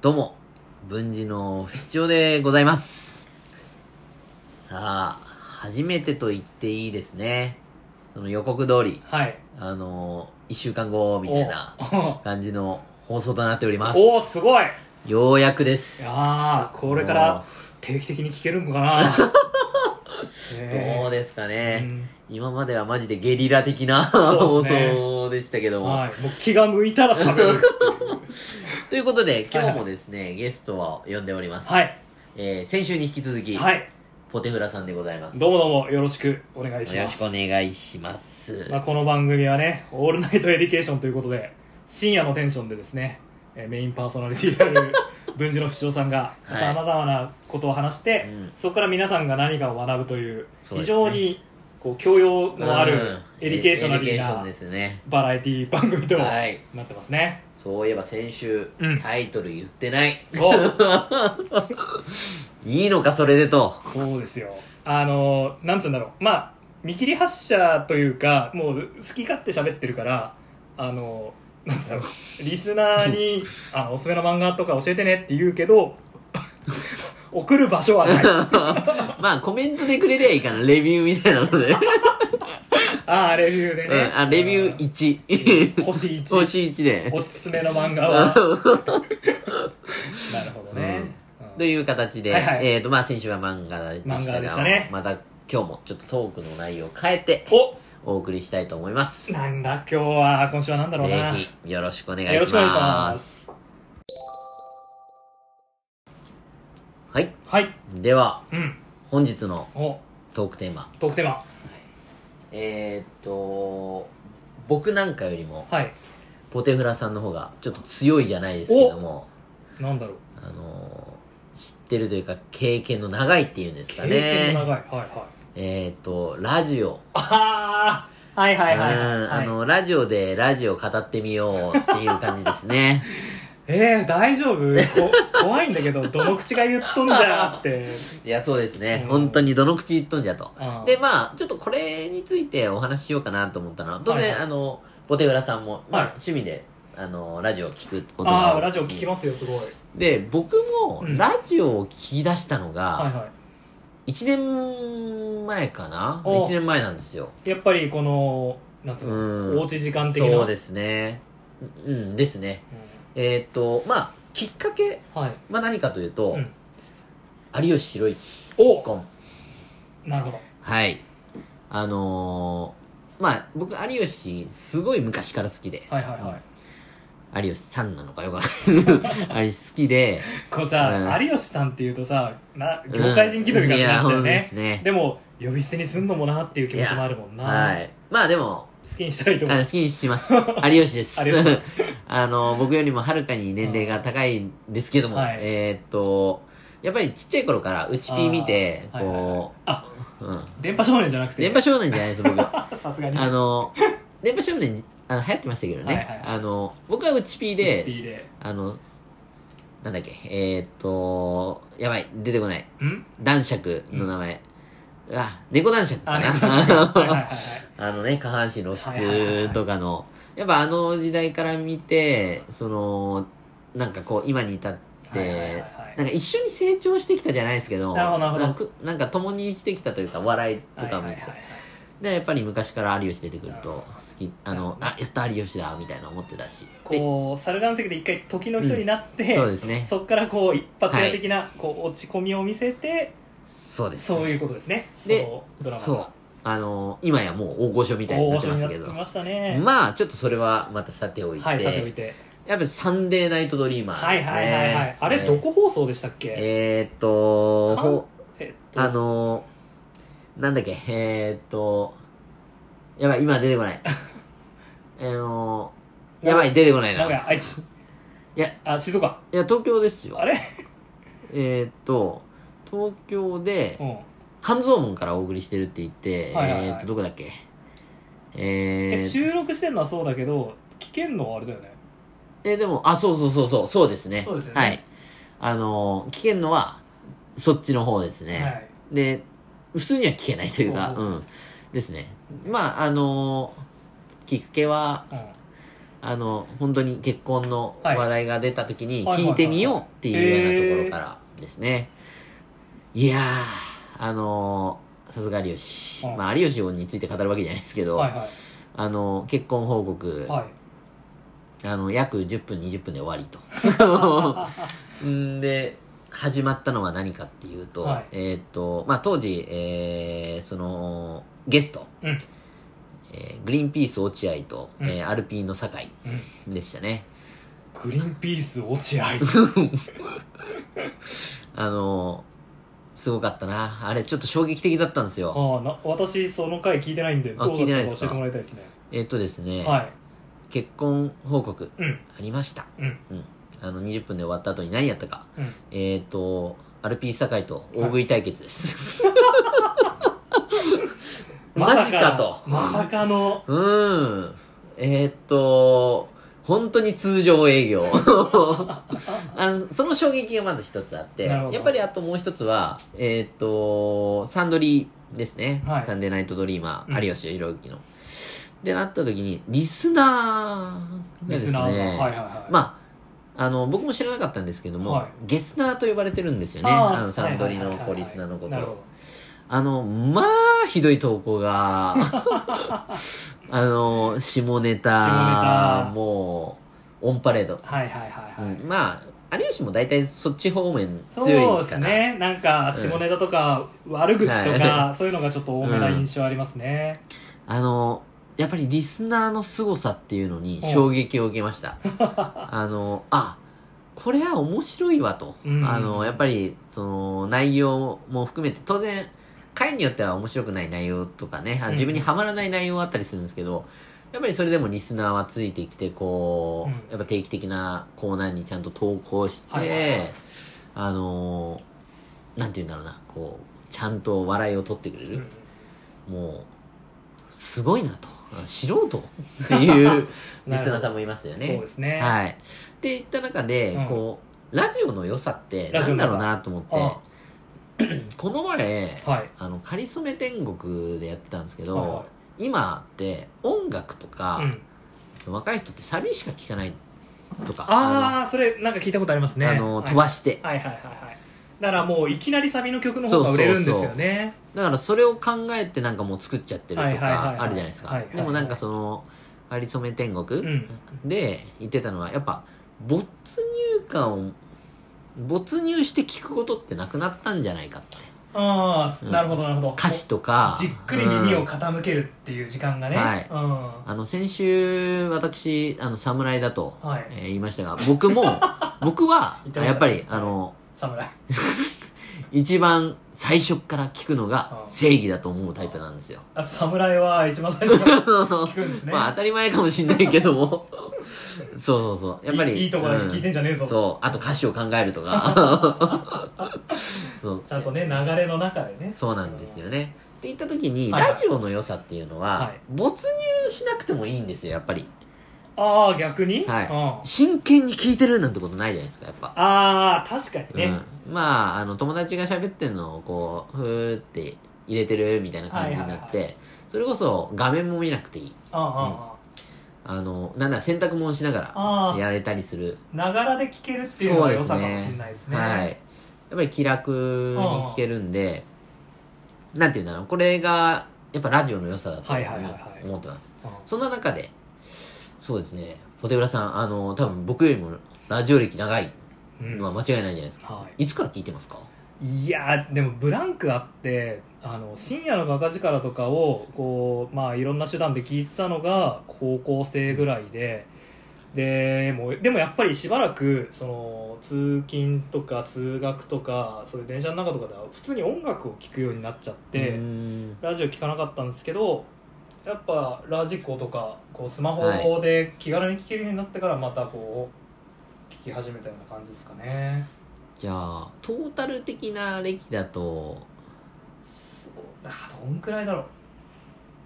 どうも、文治の不オでございます。さあ、初めてと言っていいですね。その予告通り、はい。あのー、一週間後、みたいなお感じの放送となっております。おー、すごいいようやくです。やー、これかおらー定期的に聞けるのかな どうでですかね、今まではマジでゲリラ的なそ放うですね送でしたけども。はい。もう気が向いたら喋 るっていう。ということで、今は日いもですね、ゲストを呼んでおります。はい。えー、先週に引き続き、はい。ポテフラさんでございます。どうもどうもよろしくお願いしよまろしす。くお願いします。まあ、この番組はね、オールナイトエディケーションということで、深夜のテンションでですね、えーメインパーソナリティであ る文治の不長さんが、はいさまざまなことを話して、うんそこから皆さんが何かを学ぶという、そうで非すね常にこう教養のあうるんエディケーショナエディルケーションなですね。バラエティ番組となはい。ってますね。そういえば先週、うんタイトル言ってない。 そう、いいのか、それでと。そうですよ。あのー、なんつうんだろう。まあ、見切り発車というか、もう好き勝手喋ってるから、あのー、なんつうんだろう。リスナ ーに、あの、おすすめの漫画とか教えてねって言うけど、 送る場所 はない。あまあ、コメントでくれりゃいいかな。レビューみたいなの で。あ、レビューでうね。ん、あ、レビュー1。うん星1。星1で。おすすめの漫画は。 なるほどね。うんという形で、はいはいえっ、と、まあ、先週は漫画でし漫た画でが、したねまた今日もちょっとトークの内容を変えておお送りしたいと思います。ぜなんだ今日は、今週はなんだろうな。ひ、よろしくお願いします。よろしくお願いします。はい。はい。では、うん。本日のお、トークテーマ。トークテーマ。えー、っと、僕なんかよりも、はい。ポテフラさんの方がちょっと強いじゃないですけども、なんだろう。あのー知ってるというか経験の長いっていうんですか経ね。験の長い。はいはい。えーっと、ラジオ。ああはいはいはいはいうんはい。あの、ラジオでラジオ語ってみようっていう感じです ね。えー、大丈夫こ怖いんだけど、どの口が言っとんじゃって。いや、そうですねう。ん本当にどの口言っとんじゃと。うんで、まあ、ちょっとこれについてお話ししようかなと思ったのは、当然、はいはいあの、ポテフラさんも、まあはい趣味で、あの、ラジオを聞くことがあ多あいラジオ聞きますよ、すごい。で、僕もうんラジオを聞き出したのはいが、は1年前かなお ?1 年前なんですよ。い。やっぱりこの、なんつううの、んおうち時間的な。。そうですすね。ううん、ですね。えーっと、まあ、きっかけはい。は何かというと、うん有吉弘行お婚。なるほど。はい。あのーまあ、僕、有吉、すごい昔から好きで、はいはいはい。有吉さんなのかよくわかんない 有吉好きで、こうさ、うん有吉さんっていうとさ、な、業界人気取りがいや、なっちゃほうんですね。ね。でも、呼び捨てにすんのもなっていう気持ちもあるもんな。はい。まあでも、好きにしたらいいと思あう。好きにします。有吉です有吉。 あの、僕よりもはるかに年齢が高いんですけども、はいえーっと、やっぱりちっちゃい頃から、うち P 見て、あーはいはいはいこあ、う、うん。 電波少年じゃなくて。電波少年じゃないです、 僕。あさすがに。の、電波少年、あの流行ってましたけどね。はいはいはいあの、僕はうち P で、 HP で。あの、なんだっけ、えーっと、やばい、出てこない。ん男爵の名前。あ、猫男爵かあ、な。猫男爵。はいはいはいはい。あのね、下半身露はいはいはいは出いとかの、やっぱあの時代から見て、その、なんかこう、今に至って、はいはいはいはいなんか一緒に成長してきたじゃないですけど、なるほどなるほどんかくなんか共にしてきたというか、笑いとかも、はいはいはいはいで、やっぱり昔から有吉出てくると、な好るき、あの、あ、やった有吉だ、みたいな思ってたし。でこう猿岩石で一回時の人になって、そうですね。そっからこう一発屋的な、こう落ち込みを見せてそうです、そういうことですねでそのドラマがそう。あの、今やもう大御所みたいになっ大御て所まになすっけてど。ましたね、まあ、ちょっとそれはまたさておいて、はいさておいて、やっぱりサンデーナイトドリーマーはでいすね。はいはいはいあねれどこ放送でしたっけえー、っと、かんほえっとあのー、なんだっけ、えー、っと、やばい、今出てこ ない。あのー、やばい、出てこない名な。古い屋愛知いやあ静岡や、東京ですよあ。れえー、っと、東京でう、ん半蔵門からお送りしてるって言って、はいはいはいえー、っと、どこだっけええー、収録してるのはそうだけど聞けんのはあれだよねえでも、あ、そうそうそうそう、そうですね。そうですよねはい。あのー、聞けんのは、そっちの方ですね。はいで、普通には聞けないというか、そうう。そうそうんですね。まあ、あのーきっかけは、うんあの、本当に結婚の話題が出た時にはい聞いてみようっていうようなところからですね。いやー、あのーさすが有吉。うんまあ、有吉について語るわけじゃないですけど、はいはあの、結婚報告、い。はい。あの、約10分、20分で終わり と。 んで、始まったのは何かっていうと、はいえーっと、まあ、当時、えー、その、ゲスト、うんえーグリーンピース落合と、うんえーアルピーの酒井でしたね。グリーンピース 落合。あのーすごかったな。あれ、ちょっと衝撃的だったんですよ。ああ、な私、その回聞いてないんで、あどうだ聞いてないったでかすか教えてもらいたいですね。えーっとですね、は結婚報告い。うん。ありました。うん。あの、20分で終わった後に何やったか。うん。えーっと、アルピー酒井と大食い対決 です。マジかと。まさかの。うーん。えーっと、本当に通常営業。 あのその衝撃がまず一つあって、なるほどやっぱりあともう一つは、えーっと、サンドリーですね。はいサンデーナイトドリーマうー、ん有吉弘行の。で、なった時に、リスナーがリですね、スナーが。はいはいはい。まあ、あの、僕も知らなかったんですけども、はいゲスナーと呼ばれてるんですよね。ああーの、サンドリーのはいはいはいこはういリスナーのことなるをほ。あの、まあ、ひどい投稿 が、あの、下ネタ、下ネタもう、オンパレードど。はいはいはいはい。うんまあ、有吉も大体そっち方面そ強いうですから。ね。なんか、うん下ネタとか、悪口とはか、 そういうのがちょっと多めな印象ありますね。あの、やっぱりリスナーの凄さっていうのに衝撃を受けま した。あの、あ、これは面白いわと。うんあの、やっぱり、その、内容も含めて、当然、回によっては面白くない内容とかね、あうん自分にはまらない内容はあったりするんですけど、やっぱりそれでもリスナーはついてきて、こうんう、やっぱ定期的なコーナーにちゃんと投稿して、はいはいはいあの、なんて言うんだろうな、こう、ちゃんと笑いを取ってくれる。うんもう、すごいなと。素 人っていうリなスナるほーどさんもいますよそうねで。すね。はい。って言った中で、うんこう、ラジオの良さって、ラなジオんのだ良ろさうなと思ってあ、 この前、はい。あの、かりそめ天国でやってたんですけど、はいは今って音楽とかう、ん若い人ってサビしか聴かないとか、ああ、それ、なんか聞いたことありますあのね。あの、はい飛ばして、はいはいはいはいだからもういきなりサビの曲の方が売れるんですよねだからそれを考えてなんかもう作っちゃってるはといはいはいはいかあるじゃないですはいかはいはいでもなんかその「かりそめ天国うん」で言ってたのはやっぱ没入感を没入して聞くことってなくなったんじゃないかってああ、うんなるほどなるほど歌詞とかじっくり耳うをん傾けるっていう時間がねはいうんあの先週私あの侍だと、はいえー言いましたが僕 も僕は言ってましたやっぱりあの侍一番最初から聞くのがうん正義だと思うタイプなんですよあ侍は一番最初から聞くんですね まあ当たり前かもしんないけど もそうそうそうやっぱりいいいとこだけ聞いてんじゃねえうぞんそうあと歌詞を考えるとか そうちゃんとね流れの中でねそうなんですよねって言った時に、はいはいラジオの良さっていうのは、はい没入しなくてもいいんですよやっぱりああ逆にはいうん真剣に聞いてるなんてことないじゃないですかやっぱ、ああ確かにねうん、まああの友達が喋ってんのをこうふーって入れてるみたいな感じになって、はそれこそ画面も見なくていいあああのなんだ洗濯物しながらああやれたりするながらで聞けるっていうのが良さかもしれないですねはい。やっぱり気楽に聞けるんで、なんていうんだろう、これが、やっぱラジオの良さだとはいはいはいはい思ってます。うんそんな中で、そうですね、ポテグラさん、あの、多分僕よりもラジオ歴長いうんのは間違いないじゃないですか。はいいつから聞いてますかいやーでもブランクあってあの深夜のバカ力とかをこう、まあ、いろんな手段で聞いてたのが高校生ぐらいででもうでもやっぱりしばらくその通勤とか通学とかそういう電車の中とかでは普通に音楽を聴くようになっちゃって、うーんラジオ聴かなかったんですけどやっぱラジコとかこうスマホで気軽に聴けるようになってからまたこう聴き始めたような感じですかね。じゃあ、トータル的な歴だと、あーどんくらいだろ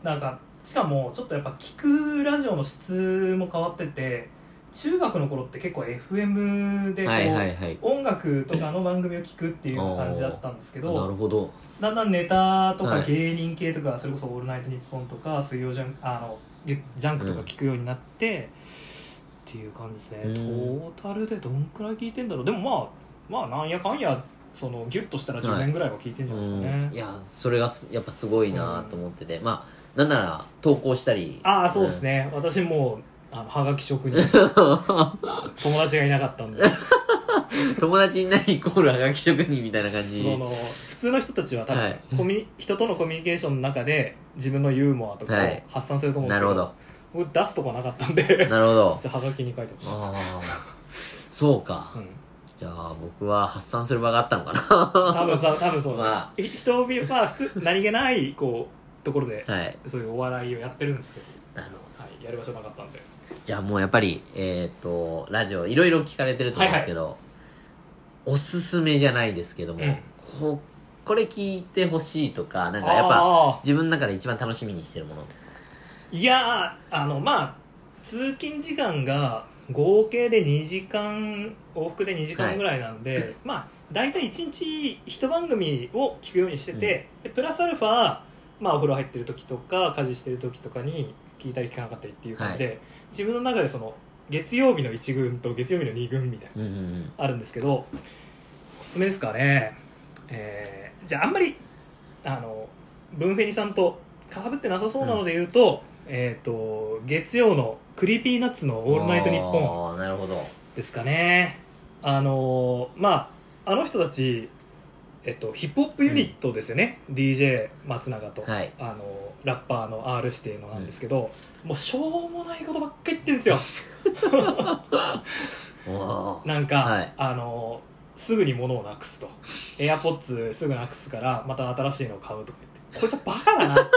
うなんかしかもちょっとやっぱ聞くラジオの質も変わってて中学の頃って結構 FM でこう、はいはいはい。音楽とかの番組を聞くっていう感じだったんですけなるどほど。だんだんネタとはかい芸人系とか、それこそ「オールナイトニッポン」とか「水曜ジャンあのジャンク」とか聞くようになって、っていう感じですね、うんトータルでどんくらい聞いてんだろうでもまあまあなんやかんやそのギュッとしたら10年ぐらいは聞いてんじゃないですかね、うん、いやそれがすやっぱすごいなと思ってて、まあなんなら投稿したりああそうですね、ね、私もうあのはがき 職人友達がいなかったんでうん友達いないイコールはがき職人みたいな感じその普通の人たちは多分、はいコミュニ人とのコミュニケーションの中で自分のユーモアとかはをい発散すると思うんなでするけほど,、ど僕出すとこなかったんでなるほど じゃあはがきに書いてました、ああそうか、うん、じゃあ僕は発散する場があったのかな多分多分多分 そう、まい人々は普通何気ないこうところで はいそういうお笑いをやってるんですけなるほどど、はい、やる場所なかったんでじゃあもうやっぱりえっ、とラジオいろいろ聞かれてると思うんですけど、おすすめじゃないですけども、うんここれ聞いてほしいとかなんかやっぱあ自分の中で一番楽しみにしてるものーいやーあのまあ通勤時間が合計で2時間往復で2時間ぐらいなんで、 まあ大体1日1番組を聞くようにしてて、でプラスアルファ、まあ、お風呂入ってる時とか家事してる時とかに聞いたり聞かなかったりっていう感じで、自分の中でその月曜日の1軍と月曜日の2軍みたいなうんうんうんあるんですけどおすすめですかね、えーじゃああんまりあのブンフェニさんとかぶってなさそうなので言うと,、えー、と月曜の「クリーピーナッツのオールナイトニッポンあーなるほど」ですかねあのーまああの人たち、えっと、ヒップホップユニットですよね、DJ 松永と、はいあのラッパーの R 指定のなんですけど、もうしょうもないことばっかり言ってるんですよおーなんか、はいあのすぐに物をなくすと AirPods すぐなくすからまた新しいのを買うとか言ってこいつはバカだ なっ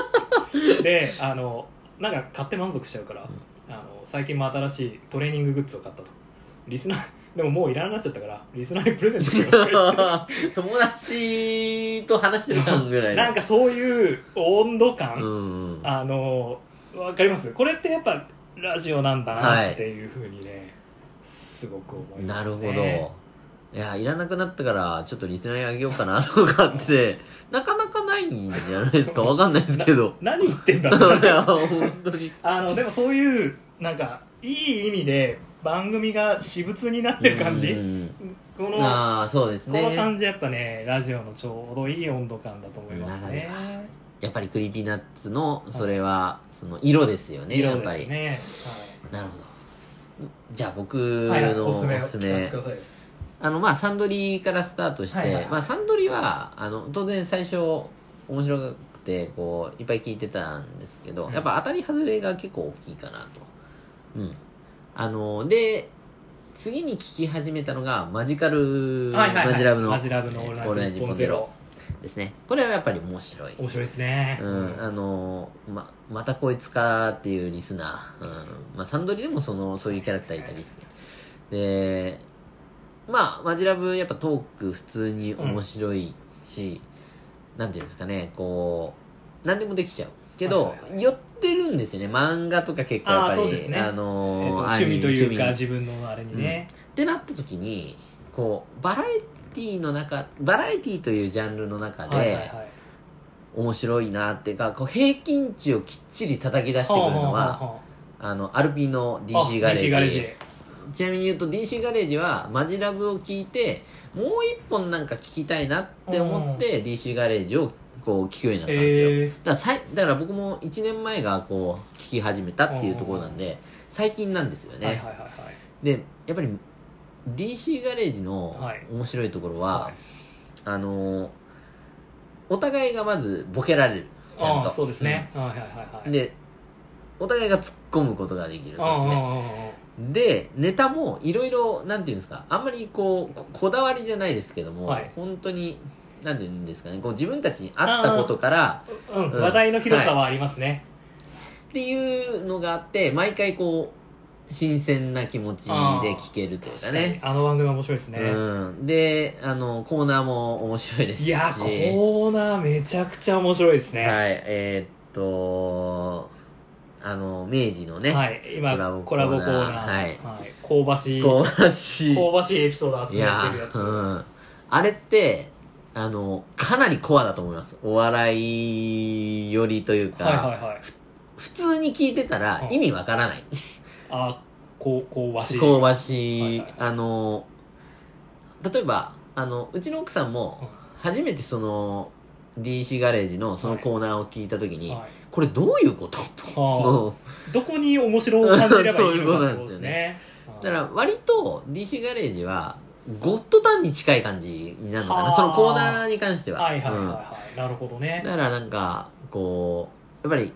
てであのなんか買って満足しちゃうから、あの最近も新しいトレーニンググッズを買ったとリスナー でももういらなくなっちゃったからリスナーにプレゼントしようとか言って 友達と話してる感ぐらいのなんかそういう温度う感、んうんあのわかりますこれってやっぱラジオなんだなっていうふうにね、すごく思いまなす、ねる、ほど、いやいらなくなったからちょっとリスナーにあげようかなとかって なかなかないんじゃないですかわかんないですけ ど何言ってん だいろうや本当にあのでもそういうなんかいい意味で番組が私物になってる感じ、うんうんこうのんこああそうですのね感じやっぱねラジオのちょうどいい温度感だと思いますねやっぱりクリーピーナッツのそれはその色ですよねや色っぱりですねなるほどじゃあ僕はい、はいはい、のおおすすめをすす聞かせてめくださいあのまあサンドリーからスタートして、はいはいはいまあ、サンドリーはあの当然最初面白くてこういっぱい聞いてたんですけど、うんやっぱ当たり外れが結構大きいかなとうんあので次に聞き始めたのがマジカル、はいはいはいマジラブのマジラブのえーオールナイオトールナイトニニッッポポンンゼゼロロですねこれはやっぱり面白い面白いですねうん、あのままたこいつかっていうリスナー、うんまあ、サンドリでもそのそういうキャラクターいたりしてでまあマジラブやっぱトーク普通に面白いし、なんていうんですかねこう何でもできちゃうけど、はいはいはい寄ってるんですよね漫画とか結構やっぱりあーそうですねあのえっとア趣ニメ味という趣か味自分のあれにね、ってなった時にこうバラエティの中バラエティというジャンルの中で、はいはいはい面白いなっていうかこう平均値をきっちり叩き出してくるのははあのアルピーのあはあはあ DC ガレージ DC ガレージちなみに言うと DC ガレージはマジラブを聞いてもう一本なんか聞きたいなって思って DC ガレージをこう聞くようになったんですよ、えーだからさいだから僕も1年前がこう聞き始めたっていうところなんで最近なんですよね、はいはいはいはいでやっぱり DC ガレージのはい面白いところは、はいあのお互いがまずボケられるちゃんとあーそうですね、はいはいはいはいでお互いが突っ込むことができるそうですねあでネタもいろいろなんていうんですかあんまりこうここだわりじゃないですけども、はい本当になんていうんですかねこう自分たちに合ったことからーあーあーうん、うん話題の広さはありますね、っていうのがあって毎回こう新鮮な気持ちで聞けるというかねあの番組は面白いですね、うん、であのコーナーも面白いですしいやーコーナーめちゃくちゃ面白いですねはいえーっとあの明治のね、はい、今ココララボボココーーナナーーはい香ばしい香香ばしいばしいエピソード集いめてるややつ、うん、あれってあのかなりコアだと思いますお笑い寄りというか、はいはいはい普通に聞いてたらうん意味わからない、あこう、こうわし。香わばしい、はいはいあの例えばあのうちの奥さんも初めてその DC ガレージのそのコーナーを聞いた時に、はこれどういうことあとい。どこに面白を感じればいいのかそうっいうことなてんこでとすですよね。だから割と DC ガレージはゴッドタンに近い感じになるのかはあなそのコーナーに関しては、はいはいはいうんはい。なるほどね。だからなんかこうやっぱり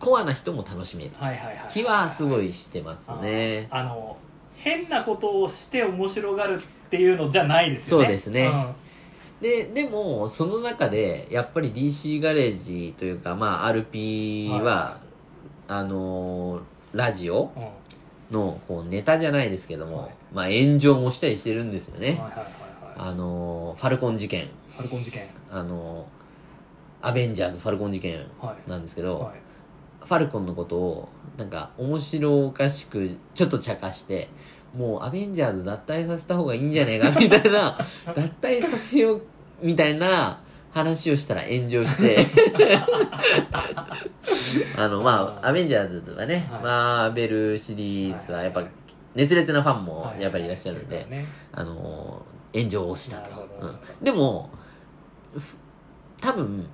コアな人も楽しめるはいはいはい。気はすごいしてますねあの変なことをして面白がるっていうのじゃないですよねそうですねんででもその中でやっぱり DC ガレージというか、まあ、RP は、あのーラジオうんはのこうネタじゃないですけども、はいまあ、炎上もしたりしてるんですよいはいね、はいはあのーファルコン事件いファルコン事件あのーアベンジャーズファルコン事件はいなんですけど、はいファルコンのことをなんか面白おかしくちょっと茶化してもうアベンジャーズ脱退させた方がいいんじゃねえかみたい な脱退させようみたいな話をしたら炎上して あのまあアベンジャーズとかね、はいマーベルシリーズはやっぱはい熱烈なファンもはいやっぱりいらっしゃるんで、はいねあの炎上をしたなとるほど、うんでもふ多分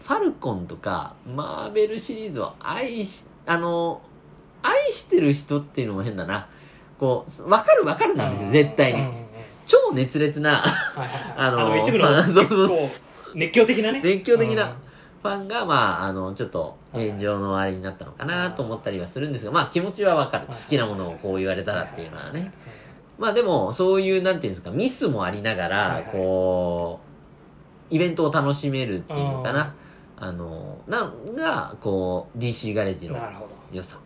ファルコンとかマーベルシリーズを愛しあの愛してる人っていうのも変だなこう分かる分かるなんですよ絶対うんうにんうん超熱烈な はいはいはいあのあの一部のまあ結 そうそう構熱狂的なね熱狂的なうんファンがまああのちょっと炎上のあれになったのかなと思ったりはするんですがまあ気持ちは分かるは好いきなものをこう言われたらっていうのはねまあでも、そういう、なんていうんですか、ミスもありながら、はいはいこう、イベントを楽しめるっていうのかうんな。あの、なんが、こう、DC ガレージなのるほど良さ。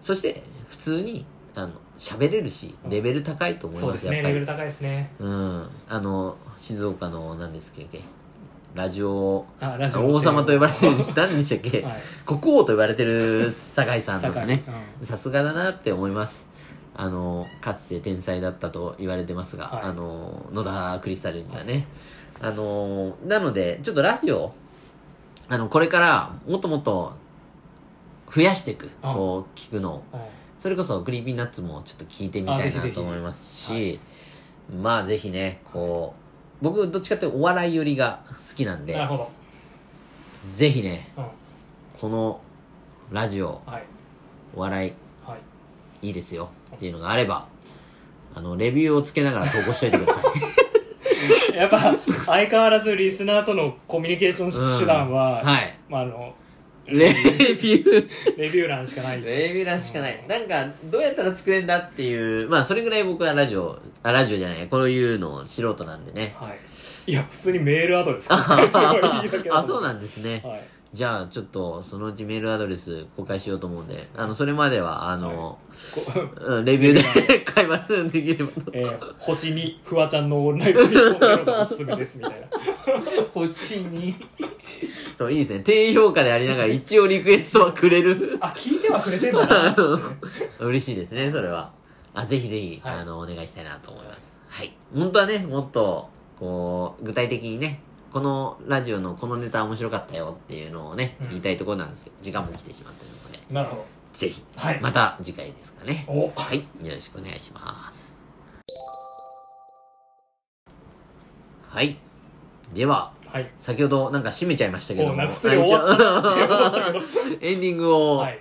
そして、普通に、あの、喋れるし、うんレベル高いと思いそうま、ですすねやっぱレベルり。高いですねうん。あの、静岡の、何ですっけ、ラジオ、あラジオ王様と呼ばれてるは、何でしたっけ、い、国王と呼ばれてる酒井さんとかね。高いさすがだなって思います。あの、かつて天才だったと言われてますが、はいあの、野田クリスタルにはね。あの、なので、ちょっとラジオ、あの、これからもっともっと増やしていく、あこう、聞くのをうんはいそれこそ、クリーピーナッツもちょっと聞いてみたいあぜひぜなひと思いますはし、まあ、ぜひね、こう、僕、どっちかっていうとお笑い寄りが好きなんなるで、ほぜひね、ど、このラジオ、うん、はいお笑い、はい いいですよっていうのがあれば、あの、レビューをつけながら投稿しといてくださ い。やっぱ相変わらずリスナーとのコミュニケーション手段は、はい。まあ、あのレビュー。レビュー欄し かないレビュー欄しかない。なんか、どうやったら作れんだっていう、まあ、それぐらい僕はラジオ、あ、ラジオじゃない、こういうのを素人なんで ね。はいいや普通にメールアドレス あ、そうなんんですね。はいじゃあ、ちょっと、そのうちメールアドレス公開しようと思うんで、あの、それまでは、あの、 こうんレビュー で会話するできればと。えー、星にフワちゃんのオンラインを見るのがおすすめですみたいな 星に。そう、いいですね。低評価でありながら、一応リクエストはくれる。あ聞いてはくれて んだな嬉しいですね、それは。あ、ぜひぜひ、はいあの、お願いしたいなと思います。はい。本当はね、もっと、こう、具体的にね、このラジオのこのネタ面白かったよっていうのをね、うん言いたいところなんですけど、時間も来てしまっているので、なるほどぜひ、はいまた次回ですかね。おはい。よろしくお願いします。はい。では、はい先ほどなんか締めちゃいましたけどおも、なんかそれ終わあ 一応エンディングを、はい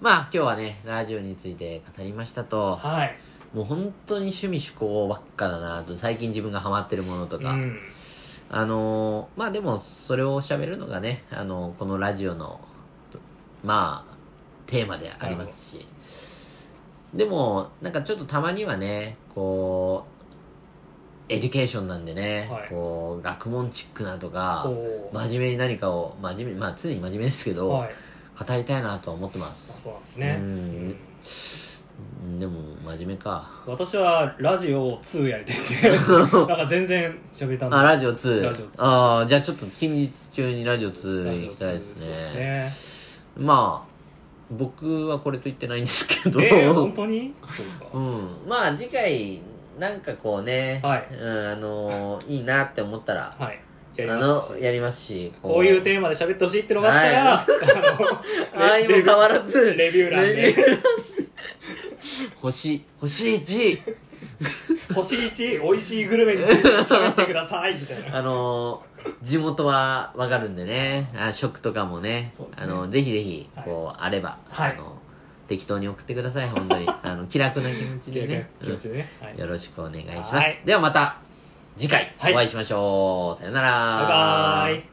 まあ今日はね、ラジオについて語りましたと、はいもう本当に趣味嗜好ばっかだなと最近自分がハマってるものとうか、んあのーまあでもそれを喋るのがね、あのこのラジオのとまあテーマでありますしでもなんかちょっとたまにはねこうエデュケーションなんでね、はいこう学問チックなとおかお真面目に何かを真面目まあ常に真面目ですけど、はいあ語りたいなとは思ってますそうなんですねうんうんうんでも真面目か私はラジオ2やりですねなん か全然喋れたんであ、ラジオ2。ラジオ2ああ、じゃあちょっと近日中にラジオ2行行きたいですね。ね。まあ、僕はこれと言ってないんですけど、えー、本当にうん。まあ次回、なんかこうね、はいうん、あのーいいなって思ったら、はい。やりあますの、やりますし、こういうテーマで喋ってほしいってのがあったら、はいあのああ、今変わらず、レビュー欄でレビュー欄で星、星 1! 星1美味しいグルメについて喋ってくださいみたい なあのー地元はわかるんでね、あ食とかもね、そうですねあのぜひぜひはい、こう、あれば、はいあの、適当に送ってください、本 当に。あの、気楽な気持ちでね、気持ちでね、はういんよろしくお願いします。はいではまた、次回、はいお会いしましょう。さよなら。バイバーイ